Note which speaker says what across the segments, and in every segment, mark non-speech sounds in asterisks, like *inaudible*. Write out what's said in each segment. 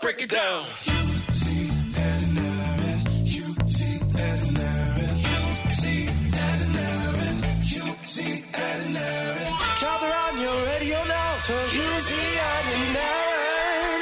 Speaker 1: break it down. Gather on your radio now, cause you see Aaron.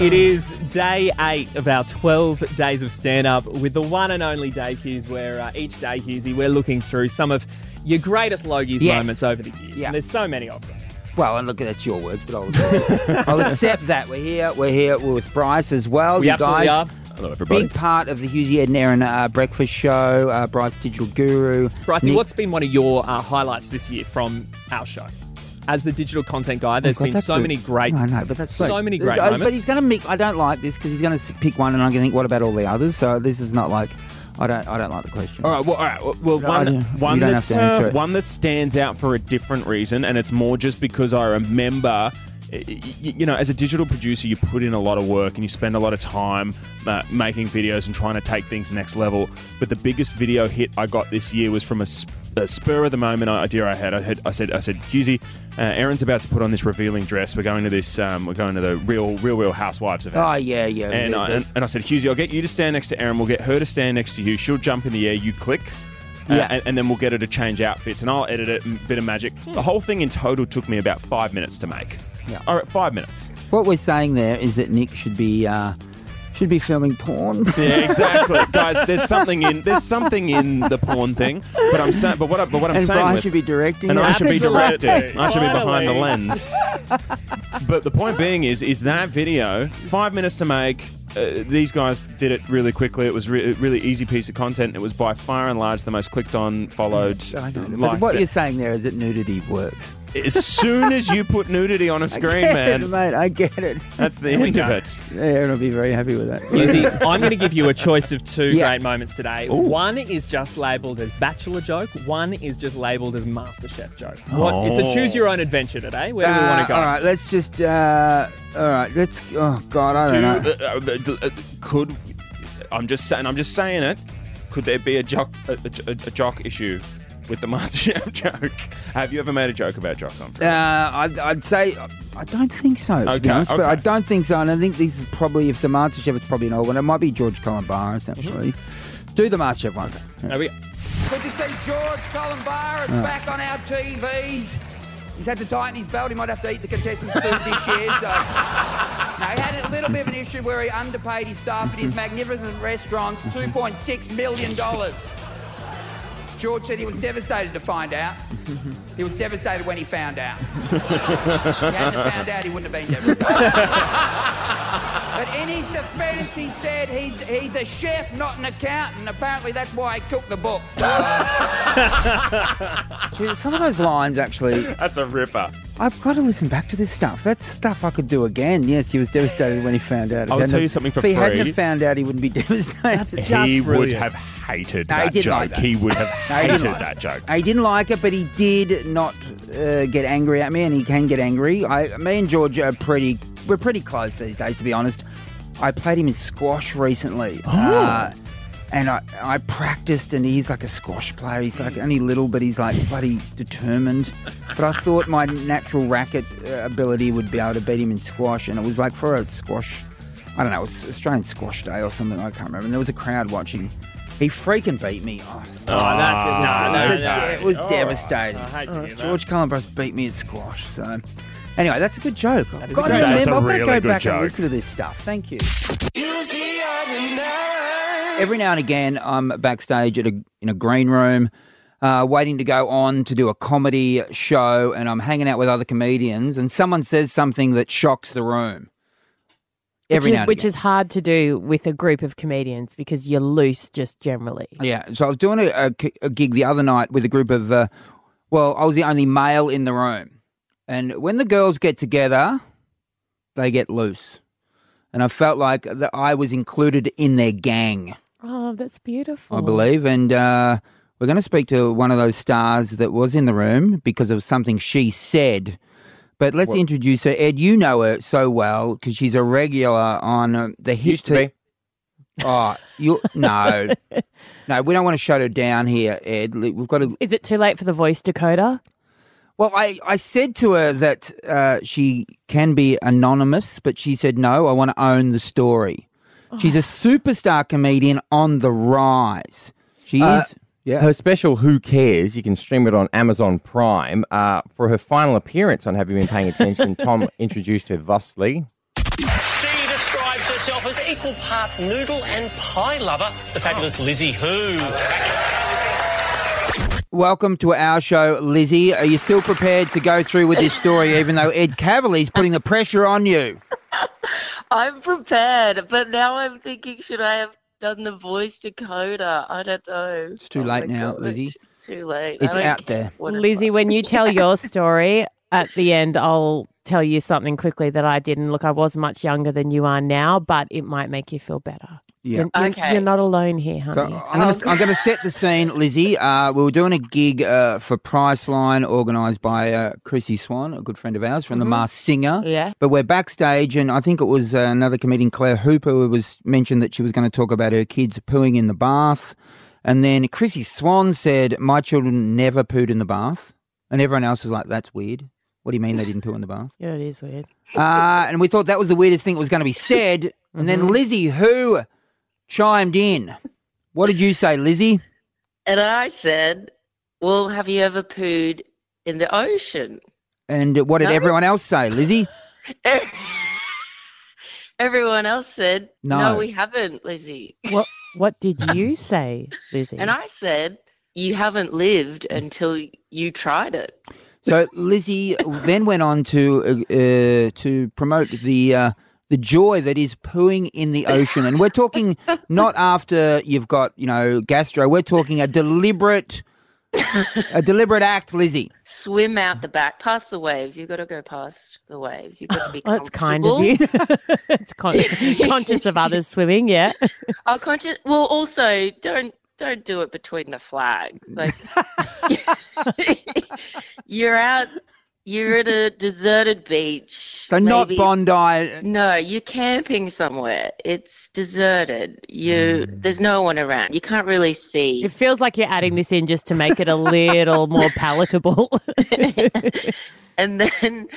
Speaker 2: It is day eight of our 12 days of stand up with the one and only Day Hughes, where uh, each day, Hughesy, we're looking through some of your greatest Logies
Speaker 3: Yes.
Speaker 2: moments over the years.
Speaker 3: Yeah.
Speaker 2: And there's so many of them.
Speaker 3: Well, and look, that's your words, but I'll, I'll accept that. We're here. We're here with Bryce as well.
Speaker 2: We
Speaker 3: you
Speaker 2: absolutely
Speaker 3: guys,
Speaker 2: are.
Speaker 4: Hello, everybody.
Speaker 3: big part of the Husey Ed and Aaron uh, breakfast show. Uh, Bryce, digital guru.
Speaker 2: Brycey,
Speaker 3: Nick-
Speaker 2: what's been one of your uh, highlights this year from our show? As the digital content guy, There's
Speaker 3: Oh, God,
Speaker 2: been
Speaker 3: that's
Speaker 2: so
Speaker 3: a-
Speaker 2: many great.
Speaker 3: I know, but that's
Speaker 2: so
Speaker 3: like-
Speaker 2: many great
Speaker 3: Uh, But
Speaker 2: moments.
Speaker 3: he's going to make. I don't like this because he's going to pick one, and I'm going to think, what about all the others? So this is not like. I don't. I don't like the question.
Speaker 4: All right, well, all right. well, Well,
Speaker 3: No,
Speaker 4: one,
Speaker 3: I-
Speaker 4: one
Speaker 3: you don't
Speaker 4: that's
Speaker 3: have to answer
Speaker 4: uh,
Speaker 3: it.
Speaker 4: one that stands out for a different reason, and it's more just because I remember. y- y- You know, as a digital producer, you put in a lot of work and you spend a lot of time uh, making videos and trying to take things next level. But the biggest video hit I got this year was from a, sp- a spur of the moment idea I had. I, had, I said, I said, Husey, uh, Aaron's about to put on this revealing dress. We're going to this. Um, we're going to the real, real, real Housewives event.
Speaker 3: Oh yeah, yeah.
Speaker 4: And
Speaker 3: yeah,
Speaker 4: I,
Speaker 3: yeah.
Speaker 4: and, and I said, Husey, I'll get you to stand next to Erin. We'll get her to stand next to you. She'll jump in the air. You click. uh,
Speaker 3: Yeah.
Speaker 4: and, and then we'll get her to change outfits and I'll edit it. A bit of magic. The whole thing in total took me about five minutes to make.
Speaker 3: Hmm. Yeah.
Speaker 4: All right, five minutes.
Speaker 3: what we're saying there is that Nick should be uh, should be filming porn. *laughs*
Speaker 4: Yeah, exactly, guys. There's something in there's something in the porn thing, but I'm saying, but what I, but what I'm
Speaker 3: and
Speaker 4: saying
Speaker 3: Brian
Speaker 4: with,
Speaker 3: should be directing.
Speaker 4: and
Speaker 3: it.
Speaker 4: I should be
Speaker 2: Absolutely.
Speaker 4: directed. I should be behind the
Speaker 2: Finally.
Speaker 4: lens. but the point being is, is that video five minutes to make. Uh, these guys did it really quickly. It was re- a really easy piece of content. It was by far and large the most clicked on, followed. uh,
Speaker 3: I don't know. But
Speaker 4: Like,
Speaker 3: what you're saying there is that nudity works.
Speaker 4: as soon as you put nudity on
Speaker 3: *laughs*
Speaker 4: a screen,
Speaker 3: Get it,
Speaker 4: man,
Speaker 3: mate. I get it. *laughs*
Speaker 4: that's the end of it.
Speaker 3: Aaron will be very happy with that.
Speaker 2: Husey, I'm going to give you a choice of two
Speaker 3: Yeah.
Speaker 2: great moments today. One is just labelled as bachelor joke. One is just labelled as MasterChef joke. What? It's
Speaker 5: Oh.
Speaker 2: a choose your own adventure today. Where do we want
Speaker 3: Uh,
Speaker 2: to go?
Speaker 3: All right, let's just. Uh, all right, let's. Oh God, I
Speaker 4: Do,
Speaker 3: don't know.
Speaker 4: uh, uh, d- uh, could I'm just saying? I'm just saying it. Could there be a jock a, a, a jock issue with the *laughs* MasterChef joke? Have you ever made a joke about jocks on?
Speaker 3: Uh, I'd, I'd say I don't think so. to be
Speaker 4: Okay,
Speaker 3: honest, but
Speaker 4: okay.
Speaker 3: I don't think so. And I think this is probably if the MasterChef, it's probably an old one. It might be George Columbaris actually. Do the MasterChef one.
Speaker 2: There we go.
Speaker 3: Good to see George Columbaris back on our TVs. He's had to tighten his belt. He might have to eat the contestants' food this year. So. Now, he had a little bit of an issue where he underpaid his staff at his magnificent restaurants $2.6 million. George said he was devastated to find out. He was devastated when he found out. if he hadn't found out, he wouldn't have been devastated. but in his defence, he said he's, he's a chef, not an accountant. Apparently, that's why he cooked the books. Some of those lines, actually,
Speaker 4: That's a ripper.
Speaker 3: I've got to listen back to this stuff. That's stuff I could do again. Yes, he was devastated when he found out.
Speaker 4: I'll
Speaker 3: If he
Speaker 4: tell you
Speaker 3: hadn't-
Speaker 4: something for
Speaker 3: If he hadn't
Speaker 4: free.
Speaker 3: have found out, he wouldn't be *laughs* devastated.
Speaker 2: Just
Speaker 4: he would
Speaker 2: brilliant.
Speaker 4: have hated
Speaker 3: No, he
Speaker 4: that
Speaker 3: didn't
Speaker 4: joke.
Speaker 3: like that.
Speaker 4: He would have
Speaker 3: No, he didn't
Speaker 4: hated
Speaker 3: like
Speaker 4: that joke.
Speaker 3: He didn't like it, but he did not uh, get angry at me, and he can get angry. I, me and George are pretty, we're pretty close these days, to be honest. I played him in squash recently, uh, and I, I practiced, and he's like a squash player. He's like only little, but he's like bloody determined. But I thought my natural racket uh, ability would be able to beat him in squash, and it was like for a squash, I don't know, it was Australian Squash Day or something. I can't remember. And there was a crowd watching. He freaking beat me.
Speaker 2: Oh,
Speaker 3: Oh,
Speaker 2: that's
Speaker 3: it
Speaker 2: no,
Speaker 3: was,
Speaker 2: no,
Speaker 3: a-
Speaker 2: no.
Speaker 3: yeah, it was devastating.
Speaker 2: Oh, I hate to hear that.
Speaker 3: Oh, George Cullenbros beat me at squash. So, anyway, that's a good joke. I've
Speaker 2: is
Speaker 3: got
Speaker 2: a
Speaker 3: to
Speaker 2: good-
Speaker 3: remember.
Speaker 4: That's a
Speaker 3: I've got to
Speaker 4: really
Speaker 3: go
Speaker 4: good
Speaker 3: back and
Speaker 4: joke.
Speaker 3: listen to this stuff. Thank you.
Speaker 1: You see Aaron.
Speaker 3: Every now and again, I'm backstage at a, in a green room, uh, waiting to go on to do a comedy show, and I'm hanging out with other comedians, and someone says something that shocks the room. Every
Speaker 6: which
Speaker 3: now
Speaker 6: is,
Speaker 3: and
Speaker 6: which
Speaker 3: again.
Speaker 6: is hard to do with a group of comedians because you're loose just generally.
Speaker 3: Yeah, so I was doing a, a ki- a gig the other night with a group of, uh, well, I was the only male in the room. And when the girls get together, they get loose. And I felt like that I was included in their gang,
Speaker 6: Oh, that's beautiful.
Speaker 3: I believe. And uh, we're going to speak to one of those stars that was in the room because of something she said. But let's introduce her. Ed, you know her so well because she's a regular on uh, the hit
Speaker 5: Used to
Speaker 3: T-
Speaker 5: be.
Speaker 3: *laughs* Oh, you no, no. We don't want to shut her down here, Ed. We've got to.
Speaker 6: Is it too late for the voice Dakota?
Speaker 3: Well, I, I said to her that uh, she can be anonymous, but she said, no, I want to own the story.
Speaker 5: Oh.
Speaker 3: She's a superstar comedian on the rise. She is.
Speaker 5: Uh,
Speaker 3: yeah.
Speaker 5: Her special Who Cares, you can stream it on Amazon Prime. Uh, for her final appearance on Have You Been Paying Attention, Tom introduced her thusly.
Speaker 7: She describes herself as equal part noodle and pie lover, the
Speaker 2: Oh.
Speaker 7: fabulous Lizzie Who.
Speaker 3: Welcome to our show, Lizzie. Are you still prepared to go through with this story, even though Ed Cavalier's putting the pressure on you?
Speaker 8: I'm prepared, but now I'm thinking, should I have done the voice Dakota? I don't know. Oh It's
Speaker 3: too late now, Lizzie.
Speaker 8: Too late. I
Speaker 3: It's
Speaker 8: don't
Speaker 3: out
Speaker 8: care
Speaker 3: there.
Speaker 8: what it
Speaker 6: Lizzie,
Speaker 8: was.
Speaker 6: when you tell *laughs* your story at the end, I'll tell you something quickly that I did. And look, I was much younger than you are now, but it might make you feel better.
Speaker 3: Yeah.
Speaker 6: You're, you're-
Speaker 8: Okay.
Speaker 6: you're not alone here,
Speaker 3: So
Speaker 6: honey.
Speaker 3: I'm going to I'm going to set the scene, Lizzie. Uh, we were doing a gig uh, for Priceline, organised by uh, Chrissy Swan, a good friend of ours from the Mars Singer.
Speaker 6: Um, Yeah.
Speaker 3: But we're backstage, and I think it was uh, another comedian, Claire Hooper, who was mentioned that she was going to talk about her kids pooing in the bath, and then Chrissy Swan said, "My children never pooed in the bath," and everyone else was like, "That's weird. What do you mean they didn't poo in the bath?"
Speaker 6: yeah, it is weird.
Speaker 3: Uh, and we thought that was the weirdest thing that was going to be said. And then Lizzie, who chimed in. What did you say, Lizzie?
Speaker 8: And I said, Well, have you ever pooed in the ocean? *laughs*
Speaker 3: And what did
Speaker 8: No.
Speaker 3: everyone else say, Lizzie?
Speaker 8: Everyone else said, no.
Speaker 3: No.
Speaker 8: we haven't, Lizzie.
Speaker 6: What What did
Speaker 3: *laughs*
Speaker 6: you say, Lizzie?
Speaker 8: And I said, You haven't lived
Speaker 3: Mm.
Speaker 8: until you tried it.
Speaker 3: So Lizzie then went on to uh, uh, to promote the uh, the joy that is pooing in the ocean, and we're talking not after you've got you know gastro. We're talking a deliberate a deliberate act, Lizzie.
Speaker 8: swim
Speaker 3: Mm.
Speaker 8: out the back, past the waves. You've got to go past the waves. You've got to be
Speaker 6: Well,
Speaker 8: comfortable.
Speaker 6: that's kind of you. *laughs* it's con- *laughs* conscious of others swimming, yeah.
Speaker 8: Oh, conscious. Well, also don't don't do it between the
Speaker 3: *laughs*
Speaker 8: flags. Like *laughs* you're out. You're at a deserted beach.
Speaker 3: So not
Speaker 8: maybe-
Speaker 3: Bondi.
Speaker 8: No, you're camping somewhere. It's deserted. You
Speaker 3: Hmm.
Speaker 8: there's no one around. You can't really see.
Speaker 6: It feels like you're adding this in just to make it a little more palatable. *laughs*
Speaker 8: *laughs*
Speaker 3: *laughs*
Speaker 8: and then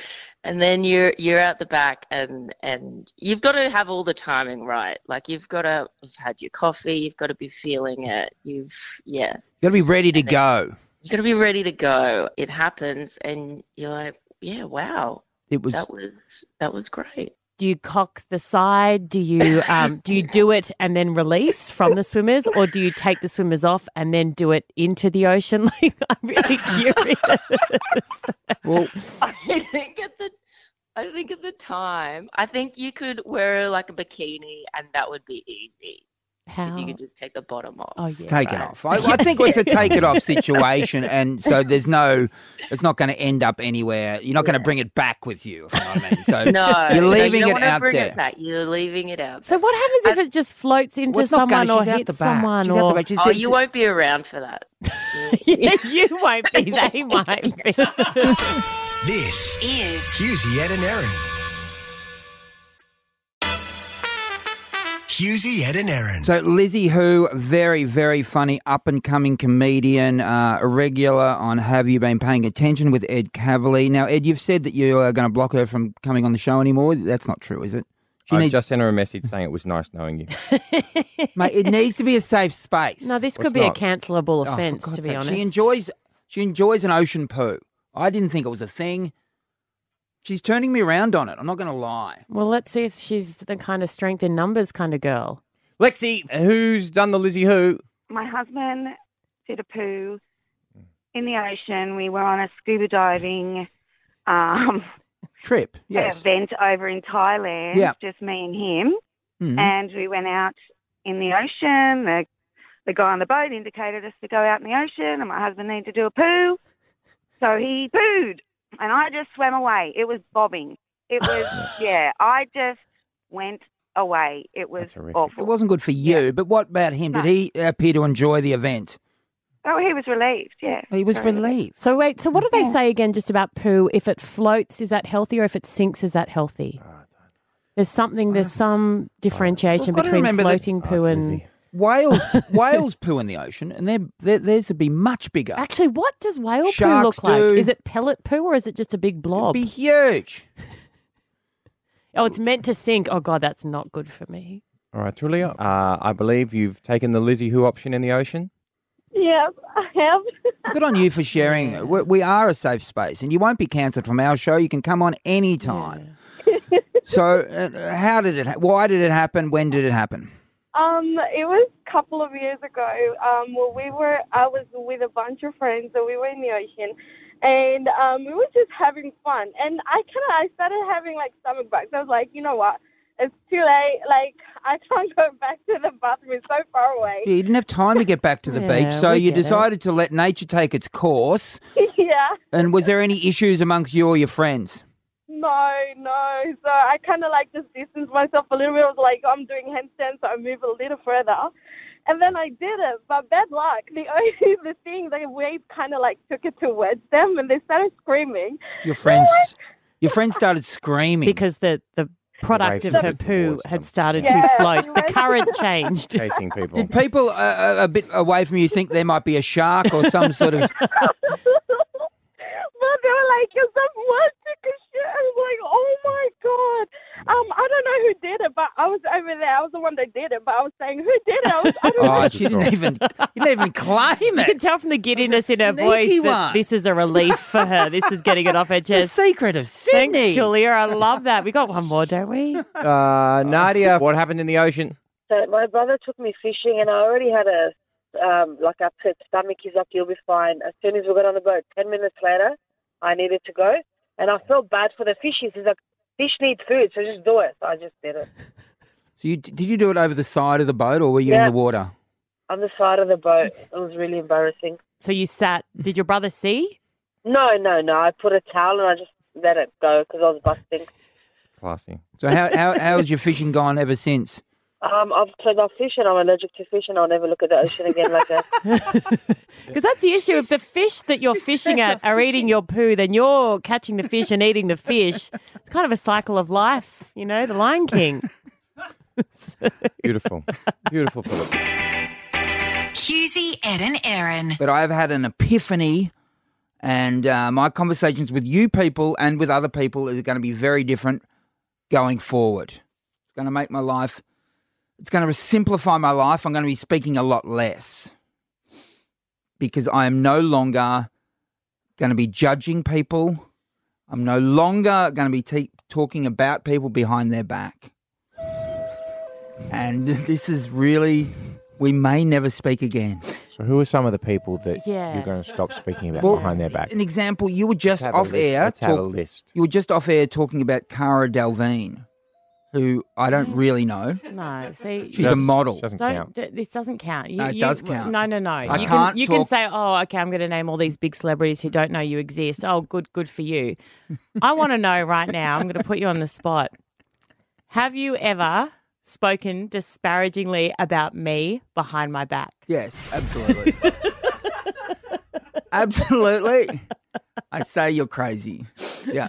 Speaker 8: and then you're you're out the back and and you've got to have all the timing right like you've got to have had your coffee you've got to be feeling it you've yeah
Speaker 3: You got to be ready to go.
Speaker 8: you've got to be ready to go it happens and you're like yeah wow
Speaker 3: It was
Speaker 8: that was that was great
Speaker 6: do you cock the side? Do you um, do you do it and then release from the swimmers, or do you take the swimmers off and then do it into the ocean? *laughs* Like I'm really curious.
Speaker 3: well.
Speaker 8: *laughs* i think at the I think at the time, I think you could wear like a bikini and that would be easy because you
Speaker 6: How?
Speaker 8: could just take the bottom off.
Speaker 6: Oh yeah,
Speaker 3: Take it
Speaker 6: right.
Speaker 3: off. I, I think it's a take it off situation, and so there's no, it's not going to end up anywhere. You're not going to bring it back with you. If you know what I mean. So
Speaker 8: *laughs* No,
Speaker 3: *laughs* you're
Speaker 8: no, you
Speaker 3: leaving
Speaker 8: don't
Speaker 3: it
Speaker 8: wanna
Speaker 3: out
Speaker 8: bring
Speaker 3: there.
Speaker 8: It back. You're leaving it out.
Speaker 6: So what happens if it just floats into
Speaker 3: Well, it's not
Speaker 6: someone
Speaker 3: gonna-
Speaker 6: or
Speaker 3: she's out
Speaker 6: hits
Speaker 3: the back.
Speaker 6: someone?
Speaker 3: She's out the
Speaker 6: or *laughs*
Speaker 3: back. She's-
Speaker 8: Oh,
Speaker 3: it's-
Speaker 8: you won't be around for that.
Speaker 6: yeah, you
Speaker 3: *laughs*
Speaker 6: won't be. They might be.
Speaker 1: This is Husey, Ed and Erin. Husey, Ed and Erin.
Speaker 3: So Lizzie Who, very, very funny up and coming comedian, uh, a regular on Have You Been Paying Attention with Ed Cavalier. Now, Ed, you've said that you are going to block her from coming on the show anymore. That's not true, is it? She
Speaker 5: I've
Speaker 3: needs,
Speaker 5: just sent her a message saying it was nice knowing you.
Speaker 3: *laughs* mate, it needs to be a safe space.
Speaker 6: No, this
Speaker 5: Well, it's
Speaker 6: could be
Speaker 5: not.
Speaker 6: a cancelable
Speaker 3: Oh, for
Speaker 6: offence.
Speaker 3: God's
Speaker 6: to be
Speaker 3: sake.
Speaker 6: honest,
Speaker 3: she enjoys she enjoys an ocean poo. I didn't think it was a thing. She's turning me around on it. I'm not going to lie.
Speaker 6: Well, let's see if she's the kind of strength in numbers kind of girl.
Speaker 5: Lexi, who's done the Lizzie Who?
Speaker 9: my husband did a poo
Speaker 3: Mm.
Speaker 9: in the ocean. We were on a scuba
Speaker 3: *laughs*
Speaker 9: diving um,
Speaker 3: Trip, yes.
Speaker 9: event over in Thailand,
Speaker 3: Yeah.
Speaker 9: just me and him.
Speaker 3: Mhm.
Speaker 9: And we went out in the ocean. The, the guy on the boat indicated us to go out in the ocean, and my husband needed to do a poo. So he pooed, and I just swam away. It was bobbing. It
Speaker 3: *laughs*
Speaker 9: was, yeah, I just went away. It was
Speaker 5: That's horrific.
Speaker 9: awful.
Speaker 3: It wasn't good for you, but what about him? Did
Speaker 9: No.
Speaker 3: he appear to enjoy the event?
Speaker 9: oh, he was relieved, yeah.
Speaker 3: He was
Speaker 9: Very
Speaker 3: relieved.
Speaker 6: So wait, so what do they say again just about poo? If it floats, is that healthy, or if it sinks, is that Ah, healthy? There's something. There's some differentiation
Speaker 3: gotta
Speaker 6: between
Speaker 3: remember that-
Speaker 6: floating poo and
Speaker 3: Whales, whales poo in the ocean, and their their- theirs would be much bigger.
Speaker 6: Actually, what does whale poo
Speaker 3: Sharks
Speaker 6: look like?
Speaker 3: do.
Speaker 6: Is it pellet poo or is it just a big blob?
Speaker 3: It'd be huge.
Speaker 6: Oh, it's meant to sink. Oh God, that's not good for me.
Speaker 5: All right, Tulia, uh, I believe you've taken the Lizzie Who option in the ocean.
Speaker 10: Yeah, I have.
Speaker 3: Good on you for sharing. We, we are a safe space, and you won't be cancelled from our show. You can come on any time. so, uh, how did it? Ha- why did it happen? When did it happen?
Speaker 10: Um, it was a couple of years ago. Um, well, we were I was with a bunch of friends, and we were in the ocean, and um, we were just having fun. And I kind of I started having like stomach bugs. I was like, you know what? It's too late. Like I can't *laughs* go back to the bathroom. It's so far away. *laughs*
Speaker 3: Yeah, you didn't have time to get back to the
Speaker 6: Yeah,
Speaker 3: beach, so
Speaker 6: we
Speaker 3: you
Speaker 6: get it.
Speaker 3: decided to let nature take its course.
Speaker 10: yeah.
Speaker 3: And was there any issues amongst you or your friends?
Speaker 10: No, no. So I kind of like just distanced myself a little bit. I was like, I'm doing handstands, so I move a little further. And then I did it, but bad luck. The *laughs* only the thing, the wave kind of like took it towards them, and they started screaming. *laughs*
Speaker 3: Your friends, your friends started screaming.
Speaker 6: Because the the product
Speaker 5: wave
Speaker 6: of her
Speaker 5: took it
Speaker 6: poo
Speaker 5: towards them.
Speaker 6: had started
Speaker 10: Yeah.
Speaker 6: to float. The current changed.
Speaker 5: Chasing people.
Speaker 3: did people uh, uh, a bit away from you think there might be a shark or some sort
Speaker 6: *laughs*
Speaker 3: of?
Speaker 10: Well, they were like, "Is that what took a shit?" I was like, "Oh my god!" Um, I don't know who did it, but I was over there. I was the one that did it, but I was saying, "Who did it?" I was,
Speaker 3: *laughs*
Speaker 10: I don't
Speaker 3: Oh, she didn't even, you didn't even claim
Speaker 6: You can *laughs*
Speaker 3: it.
Speaker 6: tell from the giddiness in her
Speaker 3: sneaky
Speaker 6: voice that
Speaker 3: one.
Speaker 6: this is a relief for her. This is getting it off her
Speaker 3: *laughs* It's a
Speaker 6: chest.
Speaker 3: secret of
Speaker 6: Thanks,
Speaker 3: Sydney.
Speaker 6: Julia. I love that. We got one more, don't *laughs* we?
Speaker 5: Uh, Nadia, what happened in the ocean?
Speaker 10: So my brother took me fishing, and I already had a um, like upset stomach. He's like, "You'll be fine." As soon as we got on the boat, ten minutes later, I needed to go, and I felt bad for the fishes. He's like, "Fish need food, so just do it." So I just did it
Speaker 3: So you, did you do it over the side of the boat, or were you in
Speaker 10: Yeah.
Speaker 3: the water?
Speaker 10: on the side of the boat. It was really embarrassing.
Speaker 6: So you sat. Did your brother see?
Speaker 10: No, no, no. I put a towel and I just let it go because I was busting.
Speaker 5: Classy.
Speaker 3: So how how how's your fishing gone ever since?
Speaker 10: Um, I've played my fish, and I'm allergic to fish, and I'll never look at the ocean again like that.
Speaker 6: Because that's the issue. If the fish that you're fishing at are eating your poo, then you're catching the fish and eating the fish. It's kind of a cycle of life, you know, the Lion King. *laughs*
Speaker 5: Beautiful. Beautiful, Philip.
Speaker 11: Husey, Ed and Aaron.
Speaker 3: But I've had an epiphany, and uh, my conversations with you people and with other people are going to be very different going forward. It's going to make my life. It's going to simplify my life. I'm going to be speaking a lot less because I am no longer going to be judging people. I'm no longer going to be te- talking about people behind their back. And *laughs* this is really, we may never speak again.
Speaker 5: So, who are some of the people that
Speaker 6: Yeah.
Speaker 5: you're going to stop speaking about
Speaker 3: Well,
Speaker 5: behind their back?
Speaker 3: An example, you were
Speaker 5: Let's
Speaker 3: just
Speaker 5: have a
Speaker 3: off
Speaker 5: list.
Speaker 3: air.
Speaker 5: Let's have a
Speaker 3: talk-
Speaker 5: list.
Speaker 3: you were just off air talking about Cara Delvine, who I don't really know.
Speaker 6: No, see,
Speaker 3: She's a model.
Speaker 5: Doesn't
Speaker 6: don't.
Speaker 5: count.
Speaker 6: d- This doesn't count. You,
Speaker 3: No, it
Speaker 6: you-
Speaker 3: does count.
Speaker 6: No, no, no. you
Speaker 3: can't
Speaker 6: can you can
Speaker 3: talk-
Speaker 6: say, oh, okay, I'm going to name all these big celebrities who don't know you exist. Oh, good, good for you.
Speaker 3: *laughs*
Speaker 6: I want to know right now. I'm going to put you on the spot. Have you ever spoken disparagingly about me behind my back?
Speaker 3: Yes, absolutely. absolutely. I say you're crazy. Yeah.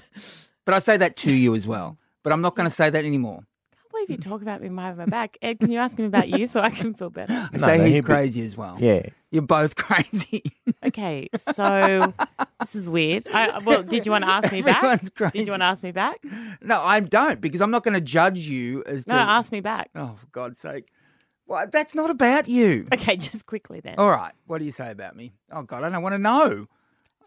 Speaker 3: But I say that to you as well. But I'm not going to say that anymore.
Speaker 6: I can't believe you talk about me behind my back. Ed, can you ask me about you so I can feel better?
Speaker 3: I
Speaker 5: No,
Speaker 3: say
Speaker 5: no,
Speaker 3: he's
Speaker 5: he'd be-
Speaker 3: crazy as well.
Speaker 5: Yeah.
Speaker 3: You're both crazy. *laughs*
Speaker 6: Okay, so this is weird. I, well, did you want to ask me back?
Speaker 3: Everyone's
Speaker 6: Did
Speaker 3: crazy.
Speaker 6: you want to ask me back? No,
Speaker 3: no, I don't because I'm not going to judge you as to.
Speaker 6: ask me back.
Speaker 3: oh, for God's sake. Well, that's not about you.
Speaker 6: Okay, just quickly then.
Speaker 3: All right. What do you say about me? Oh God, I don't want to know.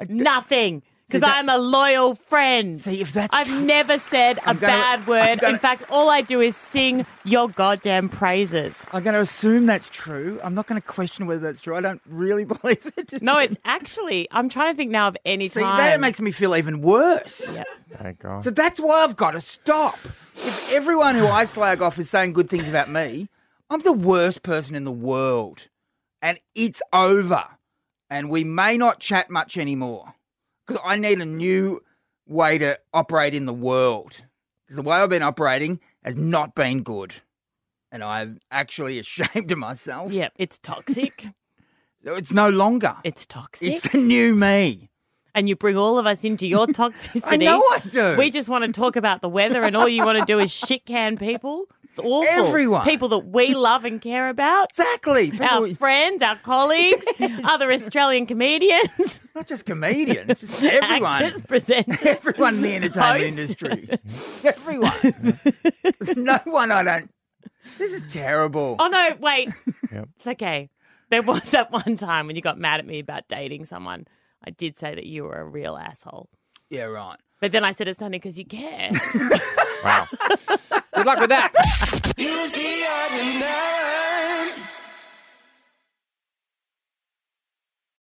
Speaker 6: Nothing, because
Speaker 3: that-
Speaker 6: I'm a loyal friend.
Speaker 3: See
Speaker 6: *laughs*
Speaker 3: if that's
Speaker 6: I've
Speaker 3: tr-
Speaker 6: never said a
Speaker 3: I'm gonna-
Speaker 6: bad word.
Speaker 3: I'm gonna-
Speaker 6: In fact, all I do is sing your goddamn praises.
Speaker 3: I'm going to assume that's true. I'm not going to question whether that's true. I don't really *laughs* believe it.
Speaker 6: No, it's actually, I'm trying to think now of any
Speaker 3: See,
Speaker 6: time.
Speaker 3: that makes me feel even worse.
Speaker 5: Thank God.
Speaker 3: So that's why I've got to stop. If everyone who I slag off is saying good things about me, I'm the worst person in the world, and it's over. And we may not chat much anymore because I need a new way to operate in the world because the way I've been operating has not been good, and I'm actually *laughs* ashamed of myself.
Speaker 6: Yep, it's toxic.
Speaker 3: It's no longer.
Speaker 6: It's toxic.
Speaker 3: It's the new me.
Speaker 6: and you bring all of us into *laughs* your toxicity.
Speaker 3: I know I do.
Speaker 6: We just want to talk about the weather, and all you want to do is shit can people. It's awful.
Speaker 3: Everyone.
Speaker 6: People that we love and care about.
Speaker 3: Exactly.
Speaker 6: Our
Speaker 3: People-
Speaker 6: friends, our *laughs* colleagues, other Australian comedians.
Speaker 3: Not just comedians, just everyone.
Speaker 6: Actors, presenters.
Speaker 3: Everyone in the entertainment
Speaker 6: hosts.
Speaker 3: industry. Everyone. There's no one I don't. This is terrible.
Speaker 6: *laughs* Oh no, wait.
Speaker 5: Yep.
Speaker 6: It's okay. There was that one time when you got mad at me about dating someone. I did say that you were a real asshole.
Speaker 3: Yeah, right.
Speaker 6: But then I said it's only because you care.
Speaker 5: Wow. Good luck with that.
Speaker 1: Here's the